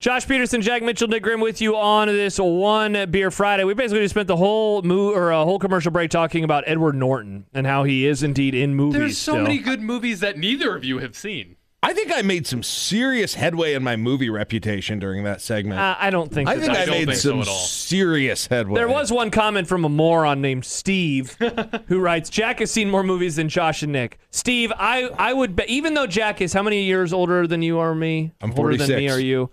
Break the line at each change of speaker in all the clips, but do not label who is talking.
Josh Peterson, Jack Mitchell, Nick Grimm with you on this one beer Friday. We basically just spent the whole mo- or a whole commercial break talking about Edward Norton and how he is indeed in movies.
There's so
still.
many good movies that neither of you have seen.
I think I made some serious headway in my movie reputation during that segment.
Uh, I don't think.
I
that
think
that's-
I,
don't
made
think so
some
at all.
serious headway.
There was one comment from a moron named Steve who writes Jack has seen more movies than Josh and Nick. Steve, I, I would bet, even though Jack is how many years older than you are me?
I'm
Older than me
46.
are you?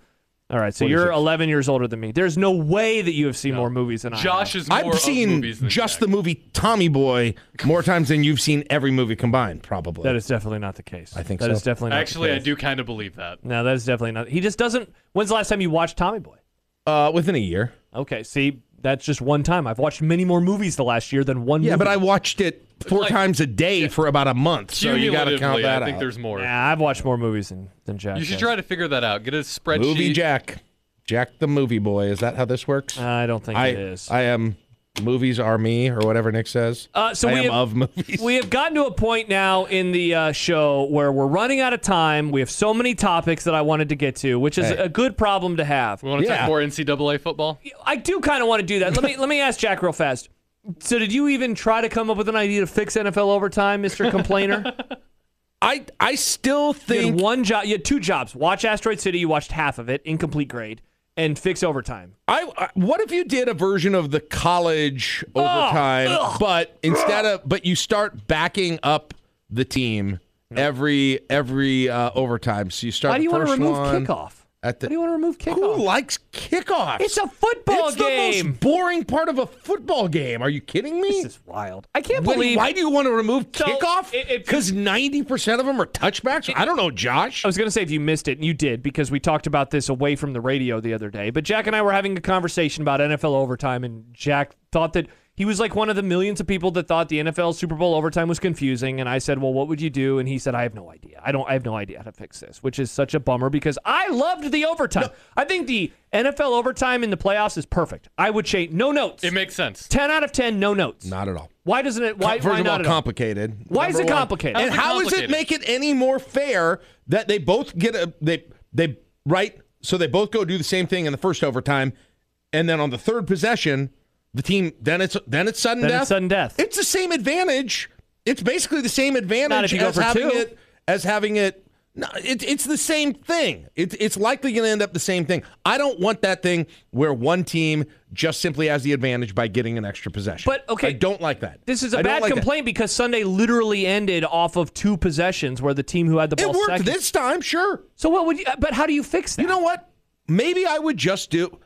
All right, so you're
46.
11 years older than me. There's no way that you have seen more movies than I
Josh is more
I've
of
seen
movies than
just
Jack.
the movie Tommy Boy more times than you've seen every movie combined, probably.
That is definitely not the case. I
think
that
so.
is definitely not
Actually,
the
I
case.
do kind of believe that.
No, that is definitely not. He just doesn't. When's the last time you watched Tommy Boy?
uh, within a year.
Okay, see, that's just one time. I've watched many more movies the last year than one.
Yeah,
movie.
but I watched it four
like-
times a day for about a month, so you got to count
Cumulatively,
that
I think
out.
there's more.
Nah, I've watched more movies than than Jack.
You should
has.
try to figure that out. Get a spreadsheet.
Movie Jack, Jack the movie boy. Is that how this works?
I don't think
I
Uh, it is.
I am. Movies are me, or whatever Nick says.
Uh, so
I
we
am
have-
of movies.
we have gotten to a point now in the uh, show where we're running out of time. We have so many topics that I wanted to get to, which is
Hey.
a good problem to have.
We want to
Yeah.
talk more NCAA football.
I do kind of want to do that. Let me let me ask Jack real fast. So, did you even try to come up with an idea to fix NFL overtime, Mister Complainer?
I I still
You had
think
one job. You had two jobs. Watch Asteroid City. You watched half of it, incomplete grade, and fix overtime.
I, I what if you did a version of the college overtime,
Oh,
but instead of but you start backing up the team every every uh, overtime. So you start.
Why do you
the
want to
first
remove
one
kickoff?
At the,
Why do you want to remove kickoff?
Who likes kickoffs?
It's a football
It's The
game.
most boring part of a football game. Are you kidding me?
this is wild. I can't
Wait,
believe.
why do you want to remove
So, it-
kickoff?
it-
Because ninety percent of them are touchbacks. I don't know, Josh.
I was going to say if you missed it, and you did because we talked about this away from the radio the other day. But Jack and I were having a conversation about NFL overtime, and Jack thought that he was like one of the millions of people that thought the NFL Super Bowl overtime was confusing. And I said, "Well, what would you do?" And he said, "I have no idea. I don't. I have no idea how to fix this," which is such a bummer because I loved the overtime. I think the NFL overtime in the playoffs is perfect. I would change no notes.
It makes sense.
ten out of ten, no notes.
Not at all.
Why doesn't it? Why?
First
why
of
not
all,
at all?
complicated.
Why is
Number
it
one.
complicated?
And
How's it
how does it
complicated?
make it any more fair that they both get a they they right? So they both go do the same thing in the first overtime, and then on the third possession, the team then it's then it's sudden
Then
death.
it's sudden death.
It's the same advantage. It's basically the same advantage
you go
as
for
having
two.
it as having it. No, it's it's the same thing. It's it's likely going to end up the same thing. I don't want that thing where one team just simply has the advantage by getting an extra possession.
But, okay,
I don't like that.
This is a
I don't
bad
like that.
complaint because Sunday literally ended off of two possessions where the team who had the
It
ball
worked
second.
this time, sure.
so what would you? But how do you fix that?
You know what? Maybe I would just do.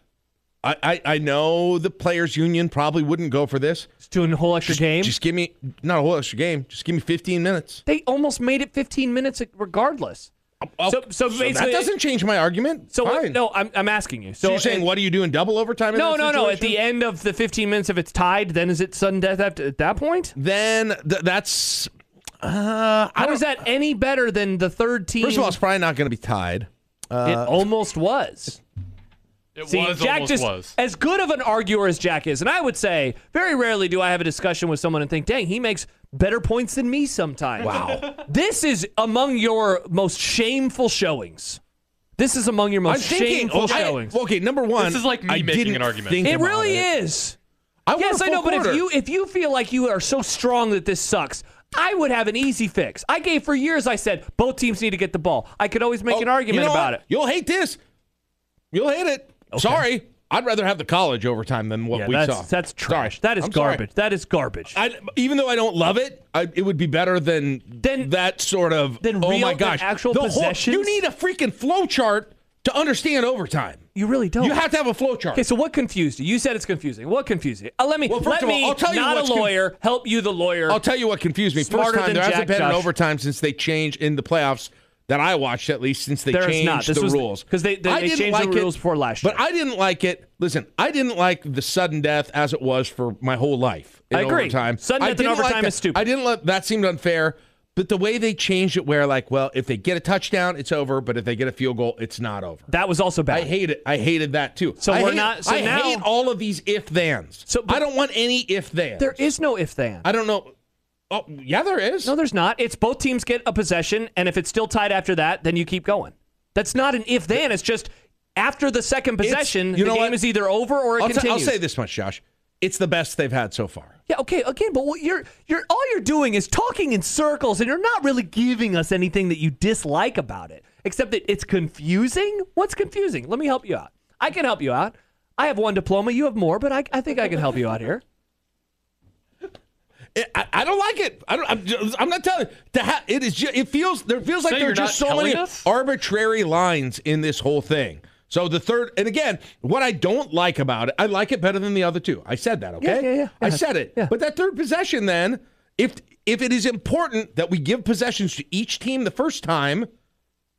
I, I, I know the players' union probably wouldn't go for this.
Just doing a whole extra game.
Just give me not a whole extra game. Just give me 15 minutes.
they almost made it 15 minutes regardless. so, so basically,
that doesn't change my argument.
So what-
Fine.
no, I'm, I'm asking you. So, uh,
So you're saying what do you do in double overtime? in
No,
that
no, no. At the
situation?
end of the 15 minutes, if it's tied, then is it sudden death after, at that point?
Then th- that's. Uh, I
How
don't.
is that any better than the third team?
First of all, uh, it's probably not going to be tied.
it almost was.
It
See,
was
Jack
almost
just
was.
as good of an arguer as Jack is, and I would say very rarely do I have a discussion with someone and think, "Dang, he makes better points than me sometimes." Wow, this is among your most shameful showings. This is among your most shameful
I-
showings.
okay, number one.
This is like me
I
making
didn't
an argument.
think
it
about
really
it.
is.
I want
Yes,
a
I know,
full
but if
quarter.
you if you feel like you are so strong that this sucks, I would have an easy fix. I gave for years. I said both teams need to get the ball. I could always make
Oh,
an argument
you know
about
what?
it.
You'll hate this. You'll hate it. Sorry. I'd rather have the college overtime than what
Yeah,
we
that's,
saw.
that's trash.
Sorry.
That is
I'm sorry.
garbage. That is garbage.
I, even though I don't love it, I, it would be better than,
Than-
that sort of.
than
oh
real-
my
than
gosh!
actual
the whole- you
possessions?
need a freaking flow chart to understand overtime.
you really don't.
You have to have a flow chart.
Okay, so what confused you? You said it's confusing. What confused you? Uh, let me,
Well, first
let
of all,
me,
I'll tell you
not a
what's conf-
lawyer, help you, the lawyer.
I'll tell you what confused me.
Smarter
First time
than
there
Jack,
hasn't been an
Josh.
overtime since they changed in the playoffs that I watched at least since they
There is
changed
not. This
the
was-
rules
'cause they- they-
I
they
didn't
changed the
like it,
rules before last year.
But I didn't like it. Listen, I didn't like the sudden death as it was for my whole life. in
I agree.
Overtime.
Sudden
I
death in
didn't like
overtime
that.
is stupid.
I didn't let that seemed unfair. But the way they changed it, where like, well, if they get a touchdown, it's over. But if they get a field goal, it's not over.
That was also bad.
I hate it. I hated that too.
So
I
we're
hate-
not- so
I
now-
hate all of these if thans.
So-
So
but-
I don't want any if thans.
there is no if then.
I don't know. Oh yeah, there is.
No, there's not. It's both teams get a possession, and if it's still tied after that, then you keep going. That's not an if then. It's just after the second
It's-
possession,
you know
the game
what?
is either over or it
I'll, t- I'll
continues.
say this much, Josh. It's the best they've had so far.
Yeah, okay, again, but what you're you're all you're doing is talking in circles and you're not really giving us anything that you dislike about it. Except that it's confusing. What's confusing? Let me help you out. I can help you out. I have one diploma, you have more, but I, I think I can help you out here.
I- I, I don't like it. I don't. I'm, just, I'm not telling. To ha- it is. Ju- it feels. There feels like
So
there are
you're
just
not
so many
telling us?
arbitrary lines in this whole thing. So the third, and again, what I don't like about it, I like it better than the other two. I said that. Okay.
yeah, yeah.
I
Yeah.
said it.
Yeah.
But that third possession, then, if if it is important that we give possessions to each team the first time,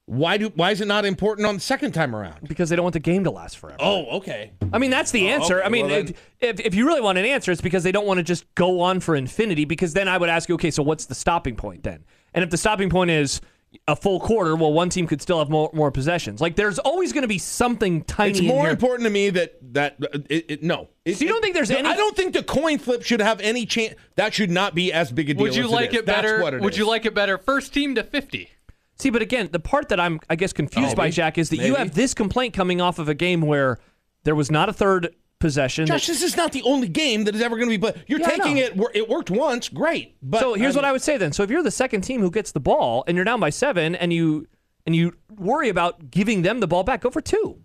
why do why is it not important on the second time around?
Because they don't want the game to last forever.
Oh, okay.
I mean, that's the answer.
okay,
I mean,
well then-
if, if you really want an answer, it's because they don't want to just go on for infinity. Because then I would ask you, okay, so what's the stopping point then? And if the stopping point is a full quarter, well, one team could still have more, more possessions. Like, there's always going to be something tiny.
It's
in
more
here.
important to me that that uh, it, it, no. It-
So you don't think there's
no,
any-
I don't think the coin flip should have any chance. That should not be as big a deal.
Would you
as
like
it, is.
it better?
That's what it
Would you
is.
like it better? First team to 50.
See, but again, the part that I'm, I guess, confused by,
Oh, Maybe.
Jack, is that you
Maybe.
have this complaint coming off of a game where there was not a third possession.
Josh? This is not the only game that is ever going to be played. You're
Yeah, I
taking
know.
it. where It worked once, great. But
so here's what I would say then. So if you're the second team who gets the ball and you're down by seven and you and you worry about giving them the ball back, go for two.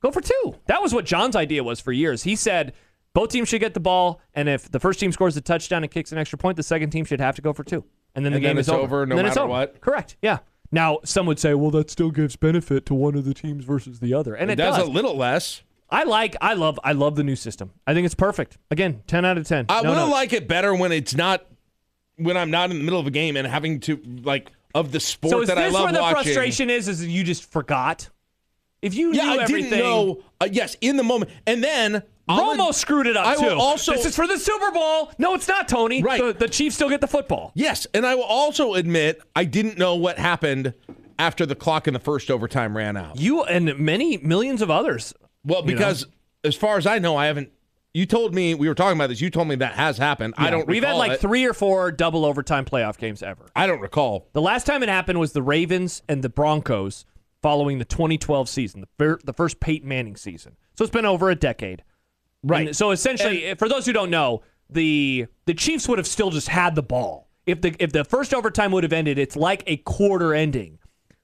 Go for two. That was what John's idea was for years. He said both teams should get the ball, and if the first team scores a touchdown and kicks an extra point, the second team should have to go for two, and then the
And
game
then
is
it's
over.
over no
And then it's
matter
over.
what.
Correct. Yeah. Now some would say, well, that still gives benefit to one of the teams versus the other, and it,
It does
does.
a little less.
I like, I love, I love the new system. I think it's perfect. Again, ten out of ten.
I
No
will
notes.
like it better when it's not when I'm not in the middle of a game and having to like of the sport
So is
that
this
I love
where the
watching.
frustration is? Is that you just forgot? If you
Yeah,
knew
I
everything,
didn't know. Uh, yes, in the moment, and then I'll
Romo
ad-
screwed it up
I
too.
will also.
this is for the Super Bowl. No, it's not, Tony.
Right.
The, the Chiefs still get the football.
Yes, and I will also admit I didn't know what happened after the clock in the first overtime ran out.
You and many millions of others.
Well, because as far as I know, I haven't. You told me we were talking about this. You told me that has happened. I don't.
We've had
recall
like
it.
three or four double overtime playoff games ever.
I don't recall.
The last time it happened was the Ravens and the Broncos following the 2012 season, the, fir- the first Peyton Manning season. So it's been over a decade.
Right.
And so essentially, for those who don't know, the the Chiefs would have still just had the ball if the if the first overtime would have ended. It's like a quarter ending,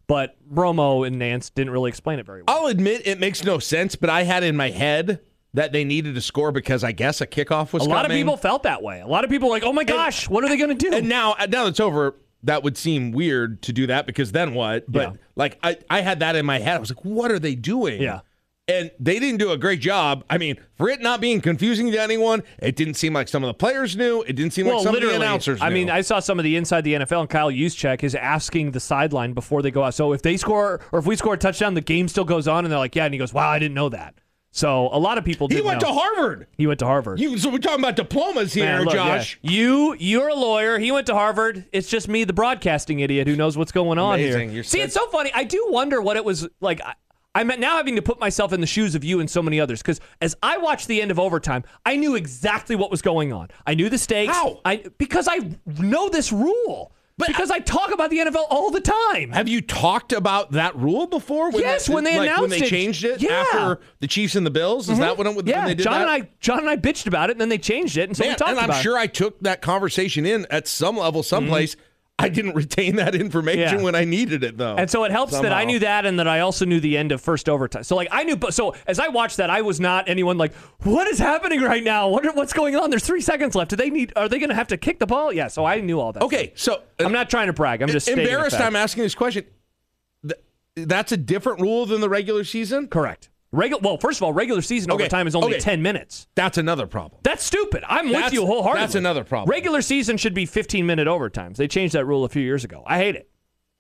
but Romo and Nance didn't really explain it very well.
I'll admit it makes no sense, but I had in my head that they needed to score because I guess a kickoff was
a lot
Oh, coming.
of people felt that way. A lot of people were like, "Oh my gosh, what are they going to do?"
And now, uh, now it's over. That would seem weird to do that because then what? But
Yeah.
like, I, I had that in my head. I was like, what are they doing?
Yeah.
And they didn't do a great job. I mean, for it not being confusing to anyone, it didn't seem like some of the players knew. It didn't seem
well,
like some of the
literally,
announcers
I
knew.
mean, I saw some of the inside the NFL, and Kyle Juszczyk is asking the sideline before they go out. So if they score or if we score a touchdown, the game still goes on, and they're like, "Yeah," and he goes, "Wow, I didn't know that." So a lot of people
he
didn't
went
know.
to Harvard.
he went to Harvard.
You, so we're talking about diplomas here,
Man, look, yeah.
Josh.
You you're a lawyer. He went to Harvard. It's just me, the broadcasting idiot, who knows what's going on
Amazing.
here.
You're
See,
such-
it's so funny. I do wonder what it was like. I, I'm now having to put myself in the shoes of you and so many others because as I watched the end of overtime, I knew exactly what was going on. I knew the stakes.
How?
I because I know this rule. But because I, talk about the NFL all the time.
Have you talked about that rule before?
Yes,
that-
when they
like, when
announced
they
it.
changed it
Yeah. Mm-hmm.
after the Chiefs and the Bills. Is that when, it, when
yeah,
they did
John
that?
and I, John and I bitched about it, and then they changed it, and so we
Man,
talked
and I'm
about it. Mm-hmm.
sure I took that conversation in at some level, someplace. I didn't retain that information
Yeah.
when I needed it, though.
And so it helps that I
Somehow.
knew that and that I also knew the end of first overtime. So like I knew but so as I watched that I was not anyone like what is happening right now? What are, what's going on? There's 3 seconds left. Do they need are they going to have to kick the ball? Yeah, so I knew all that.
Okay, so uh,
I'm not trying to brag. I'm just stating a
embarrassed.
fact.
I'm asking this question. Th- That's a different rule than the regular season.
correct. Regular well, first of all, regular season
Okay,
overtime is only
okay.
10 minutes.
That's another problem.
That's stupid. I'm with
That's-
you wholeheartedly.
that's another problem.
Regular season should be 15 minute overtimes. They changed that rule a few years ago. I hate it.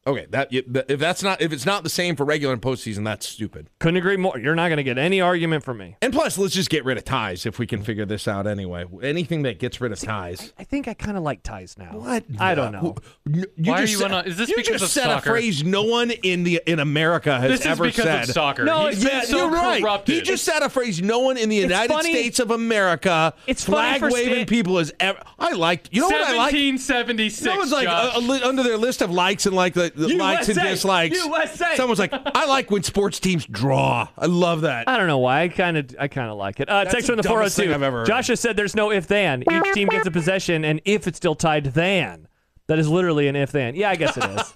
Okay, that if that's not if it's not the same for regular and postseason, that's stupid.
Couldn't agree more. You're not going to get any argument from me.
And plus, let's just get rid of ties if we can figure this out anyway. Anything that gets rid of ties.
I think I kind of like ties now. What? I don't know.
You
Why are
just
you
said-
on a- is this
you
because
just
of
said
soccer?
a phrase no one in the in America has
This is
ever
because
said.
of soccer.
No,
He's
it's-
been
Yeah,
so
you're right.
corrupted.
He just said a phrase no one in the United
funny-
States of America
It's funny
flag
for
waving
Stan-
people has ever. I liked. You know what I like?
1776.
Someone's like uh,
Josh.
uh, li- under their list of likes and like the, the likes and
USA,
dislikes.
USA.
Someone's like, I like when sports teams draw. I love that.
I don't know why. I kind of I kind of like it. Uh, text
the
from the
dumbest
402.
thing I've ever heard.
Josh has said there's no if then. Each team gets a possession, and if it's still tied, then that is literally an if then. Yeah, I guess it is.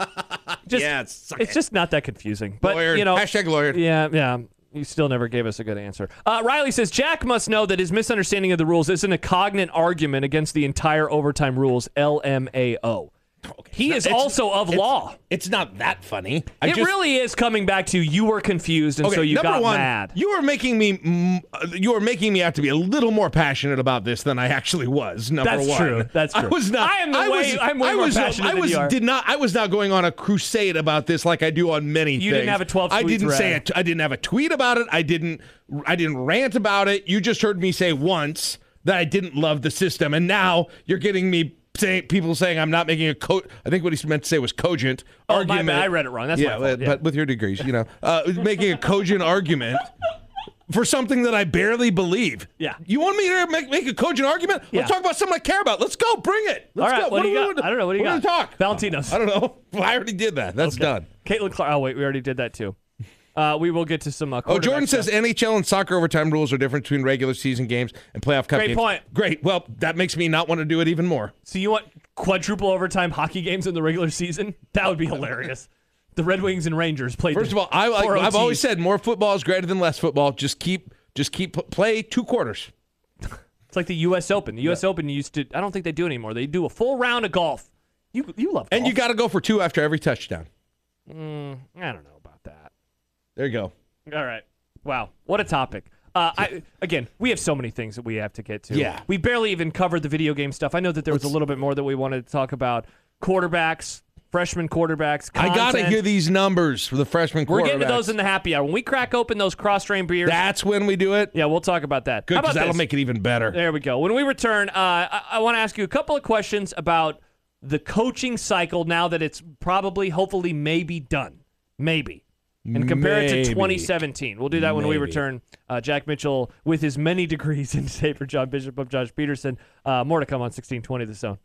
Just,
Yeah, suck
it's
it.
just not that confusing. But
Lawyered.
you know,
Hashtag lawyered.
Yeah, yeah. You still never gave us a good answer. Uh, Riley says Jack must know that his misunderstanding of the rules isn't a cognate argument against the entire overtime rules LMAO. He is
it's-
also of
it's-
law.
It's not that funny. I
It
just-
really is coming back to you were confused and
Okay,
so you
number
got
one,
mad.
You are making me. mm, uh, You are making me have to be a little more passionate about this than I actually was. Number
That's
one,
true. That's
I
true.
was not.
I am the
I
way-
Was,
I'm way
I
more
was,
passionate
I
than
was
you are.
did not. I was not going on a crusade about this like I do on many.
You didn't have a 12
I
tweet
didn't say.
thread.
it. I didn't have a tweet about it. I didn't. I didn't rant about it. You just heard me say once that I didn't love the system, and now you're getting me. Saying, people saying I'm not making a co- I think what he meant to say was cogent
Oh, my bad.
argument.
I read it wrong. That's my
yeah,
fault.
but,
Yeah.
but with your degrees, you know, uh, making a cogent argument for something that I barely believe.
Yeah.
You want me to make, make a cogent argument?
Yeah.
Let's talk about something I care about. Let's go. Bring it.
All
Let's
right,
go.
what, do you
are we
got?
doing?
I don't know. What do you
We're
got?
gonna talk?
Valentino's.
I don't know. Well, I already did that. That's done.
Caitlin Clark. Oh wait, we already did that too. Uh, we will get to some. Uh,
Oh, Jordan
quarterback
says
stuff.
NHL and soccer overtime rules are different between regular season games and playoff cup
Great
games.
point.
Great. Well, that makes me not want to do it even more.
So you want quadruple overtime hockey games in the regular season? That would be hilarious. The Red Wings and Rangers played.
First of all, I,
four
I, I've
OTs.
always said more football is greater than less football. Just keep, just keep play two quarters.
it's like the U.S. Open. The U.S. Open used to. I don't think they do anymore. They do a full round of golf. You you love
And you
golf.
got to go for two after every touchdown.
I don't know about that.
There you go.
All right. Wow. What a topic. Uh, I, again, we have so many things that we have to get to.
Yeah.
We barely even covered the video game stuff. I know that there was a little bit more that we wanted to talk about. Quarterbacks, freshman quarterbacks.
I got to
content.
hear these numbers for the freshman
We're getting to
quarterbacks.
those in the happy hour. When we crack open those cross strain beers,
That's when we do it.
yeah, we'll talk about that.
Good,
How
because
about
that'll
this?
make it even better.
There we go. When we return, uh, I, I want to ask you a couple of questions about the coaching cycle now that it's probably, hopefully, maybe done. Maybe. And compare it to
Maybe.
2017. We'll do that when we
Maybe.
return. Uh, Jack Mitchell with his many degrees in today for John Bishop of Josh Peterson. Uh, more to come on 1620 The Zone.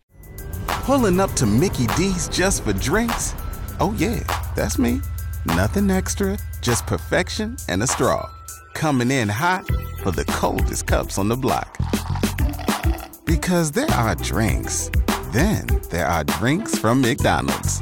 Pulling up to Mickey D's just for drinks? Oh, yeah, that's me. Nothing extra, just perfection and a straw. Coming in hot for the coldest cups on the block. Because there are drinks, then there are drinks from McDonald's.